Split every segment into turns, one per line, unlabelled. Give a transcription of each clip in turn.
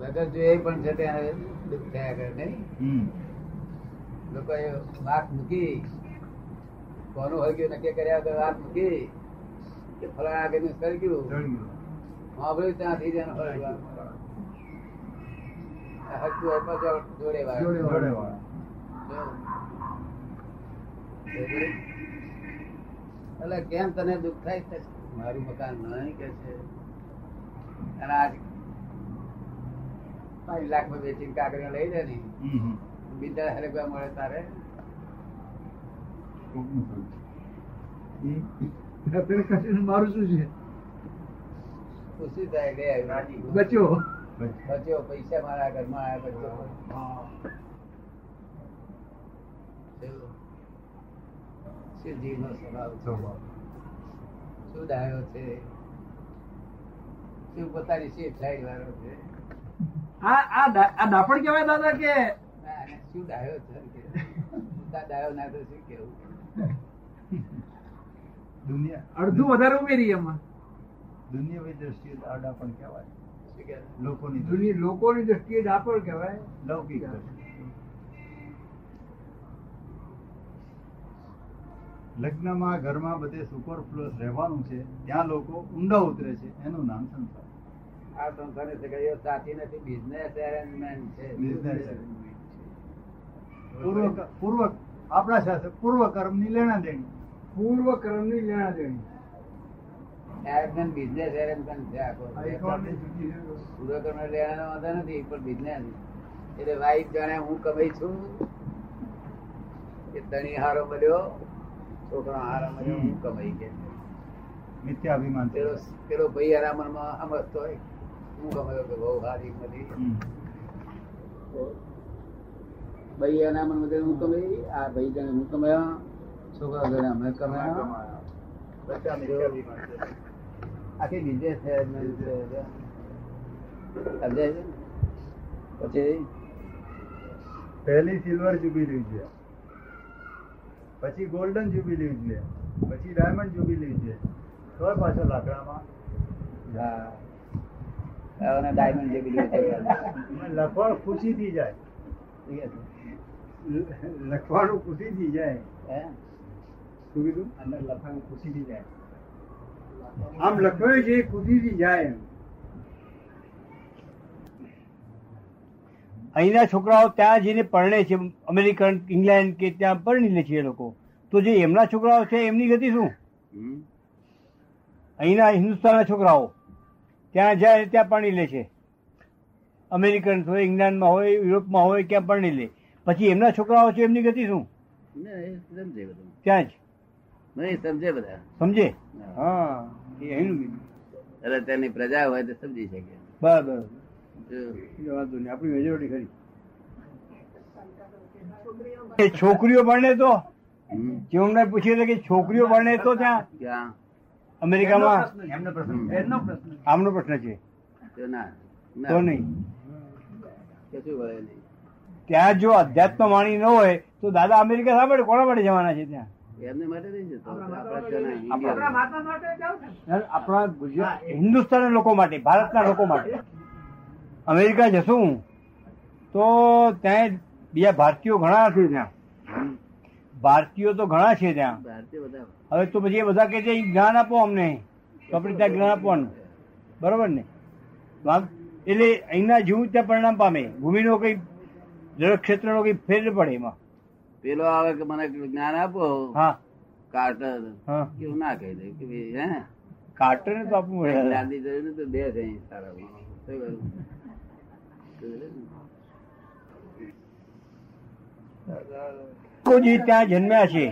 વગર જોઈએ પણ છે ત્યાં દુઃખ થયા કરે નહીં
હમ.
લોકોએ વાત મૂકી કોનું હોય ગયું નક્કી કર્યા વગર વાત મૂકી કે ફલાણા આગળનું કરી ગયું સાંભળ્યું ત્યાંથી જ એનું ફળ જોવા મળે. આ હસતું હોય પણ જો- જોડે વાળું.
જોડેવાળા.
જો. એટલે કેમ તને દુઃખ થાય છે? મારું મકાન નહીં કે છે અને આજ પાંચ લાખમાં વેચીને કાગળ લઈ જાય ને
હમ હમ.
બીજા હરગવા મળે તારે
કોકનું થયું.
એ પેલી કસીને મારું શું છે
ખુશી થાય લે આવી રાજી.
બચ્યો
બસ.
બચ્યો પૈસા મારા ઘરમાં આવ્યા બચ્યો શું જીવનો સ્વભાવ છે?
સ્વભાવ.
શું ડાયો છે શું પોતાની શેઠાઈ વાળો છે
આ આ દા- આ દાપણ કહેવાય દાદા કે
ના, આને શું ડાયો છે કે? પોતા ડાયો ના તો શું કેવું
દુનિયા
અડધું વધારે ઉમેરી એમાં
દુનિયાવી દ્રષ્ટિએ તો આડા પણ કહેવાય
શું કે
લોકોની દ્રષ્ટિએ.
દુનિયા લોકોની દ્રષ્ટિએ દાપણ કહેવાય
લૌકિક દ્રષ્ટિએ. લગ્નમાં ઘરમાં બધે સુપરફ્લુઅસ રહેવાનું છે ત્યાં લોકો ઊંડા ઉતરે છે એનું નામ સંસાર
આ સંસ્થાને સગાઈઓ સાચી નથી બિઝનેસ એરેન્જમેન્ટ છે
Business arrangement. પૂર્વ પૂર્વ આપણા સાથે પૂર્વ કર્મની લેણા દેણી
પૂર્વ કર્મની લેણા દેણી
એરેન્જમેન્ટ બિઝનેસ એરેન્જમેન્ટ છે આખો પૂરો કરવાનો લેવાનો વાંધો નથી પણ બિઝનેસ એટલે વાઈફ જાણે હું કમાઈ છું કે ધણી હારો મળ્યો છોકરો હારો મળ્યો હું કમાઈ કે
મિથ્યા અભિમાન
પેલો પેલો ભાઈ હરામણમાં સમજતો હોય હું કમાયો કે બહુ હારી મળી
હમ.
ભાઈ હરામણમાં તો હું કમાઈ આ ભાઈ જાણે હું કમાયો છોકરો જાણે અમે કમાયો
બધા મિથ્યા અભિમાન છે.
આખી બિઝનેસ મેનેજમેન્ટ છે. સમજાય છે ને? પછી
પહેલી સિલ્વર જ્યુબિલી છે પછી ગોલ્ડન જ્યુબિલી છે પછી ડાયમંડ જ્યુબિલી છે તો પાછો લાકડામાં
હા અને ડાયમંડ જે બીજું હતું.
અને લખવાનું ખુશીથી જાય
ઠીક છે?
લ- લખવાનું ખુશીથી જાય
હે?
શું કીધું અને લખવાનું ખુશીથી જાય આમ લખવાનું છે એ ખુશીથી જાય એમ
અહીંના છોકરાઓ ત્યાં જઈને પરણે છે અમેરિકન ઇંગ્લેન્ડ કે ત્યાં પરણી લે છે એ લોકો તો જે એમના છોકરાઓ છે એમની ગતિ શું
હમ.
અહીંના હિન્દુસ્તાનના છોકરાઓ ત્યાં જાય ત્યાં પરણી લે છે અમેરિકન હોય ઇંગ્લેન્ડમાં હોય યુરોપમાં હોય ક્યાં પરણી લે પછી એમના છોકરાઓ છે એમની ગતિ શું
ના, એ સમજે બધું.
ત્યાં જ
નહીં, સમજે બધા
સમજે
હા.
હા એ અહીંનું કીધું
એટલે તેની પ્રજા હોય તો સમજી શકે
બરાબર
જો.
બીજો વાંધો નહીં આપણી મેજોરિટી ખરી એ છોકરીઓ પરણે તો
હમ.
જીવનભાઈ પૂછ્યું હતું કે છોકરીઓ પરણે તો ત્યાં
ક્યાં?
અમેરિકામાં
એમનો
હમ.
પ્રશ્ન
એમનો પ્રશ્ન
આમનો પ્રશ્ન છે
જો ના ના.
તો નહીં
કશું વળે નહીં
ત્યાં જો અધ્યાત્મ વાણી ન હોય તો દાદા અમેરિકા શા માટે કોના માટે જવાના છે ત્યાં
એમને માટે નહીં જતો આપણા
આપણા
જણા
માતા માટે જાઉં ને
આપણા ગુજરાત હિન્દુસ્તાનના લોકો માટે ભારતના લોકો માટે અમેરિકા જશું તો ત્યાં બીજા ભારતીયો ઘણા છે ત્યાં ભારતીયો તો ઘણા છે ત્યાં
ભારતીય બધા
હવે તો પછી એ બધા કે છે "ઈ જ્ઞાન આપો અમને તો આપણે ત્યાં જ્ઞાન આપવાનું બરોબર ને વાત- એટલે અહીંના જીવ ત્યાં પરિણામ પામે ભૂમિનો કઈ જળ ક્ષેત્રનો કઈ ફેર ન પડે એમાં
પેલો આવે કે મને જ્ઞાન આપો
હા
કાર્ટર
હા
એવું ના કહી દે કે ભઈ, હે
કાર્ટરને તો આપવું પડે
દાદી જોયું તો બે છે અહીં સારા માણસ. શું કરું?
લોકો જે ત્યાં જન્મ્યા છે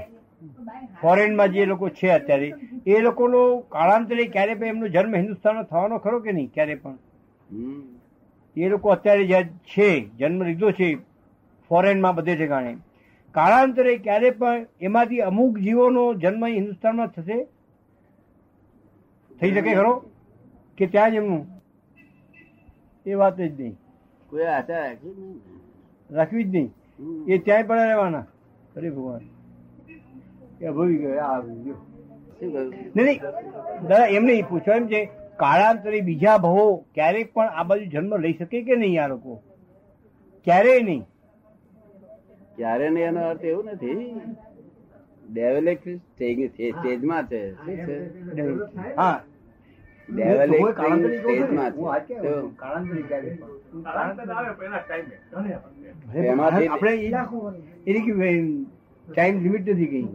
ફોરેનમાં જે લોકો છે અત્યારે એ લોકોનો કાળાંતરે ક્યારે પણ એમનો જન્મ હિન્દુસ્તાનમાં થવાનો ખરો કે નહીં ક્યારે પણ
હમ.
એ લોકો અત્યારે જ્યાં છે જન્મ લીધો છે ફોરેનમાં બધે ઠેકાણે કાળાંતરે ક્યારે પણ એમાંથી અમુક જીવોનો જન્મ હિન્દુસ્તાનમાં થશે થઈ શકે ખરો કે ત્યાં જ એમનું એ વાત જ નહીં
કોઈ આશા રાખી જ નહીં ને.
રાખવી જ નહીં
હમ.
એ ત્યાંય પણ રહેવાના અરે ભગવાન એ ભૂલી ગયો આ આવી ગયો
શું કરું?
નહીં નહીં દાદા એમ નહીં પૂછો એમ છે કાળાંતરે બીજા ભવો ક્યારેક પણ આ બાજુ જન્મ લઈ શકે કે નહીં આ લોકો ક્યારેય નહીં
ક્યારે ને એનો અર્થ એવું નથી ડેવલ એક સ્ટેજ સ્ટેજમાં છે શું છે
હા
ડેવલ
હું
એક
કોઈ કાળાંતરી કહું છું ને,
સ્ટેજમાં
હું આ
છે
કહેવું છું,
તો
કાળાંતરી ક્યારેય પણ.
એમાંથી-
આપણે એ- એની કે ટાઈમ લિમિટ નથી ગઈ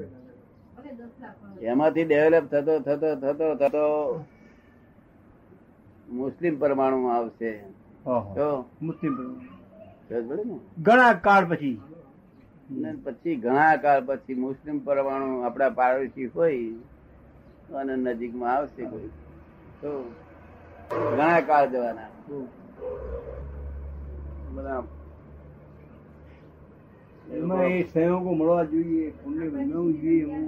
એમાંથી ડેવલપ થતો થતો થતો થતો મુસ્લિમ પરમાણુ આવશે તો
મુસ્લિમ
ખબર પડી ને?
ઘણા કાળ પછી
ને પછી ઘણા કાળ પછી મુસ્લિમ પરમાણુ આપણા પાડોશી હોય અને નજીકમાં આવશે કોઈ તો ઘણા કાળ જવાના બધા
એમાં એ સહયોગો મળવા જોઈએ પુણ્ય બનાવવું જોઈએ એવું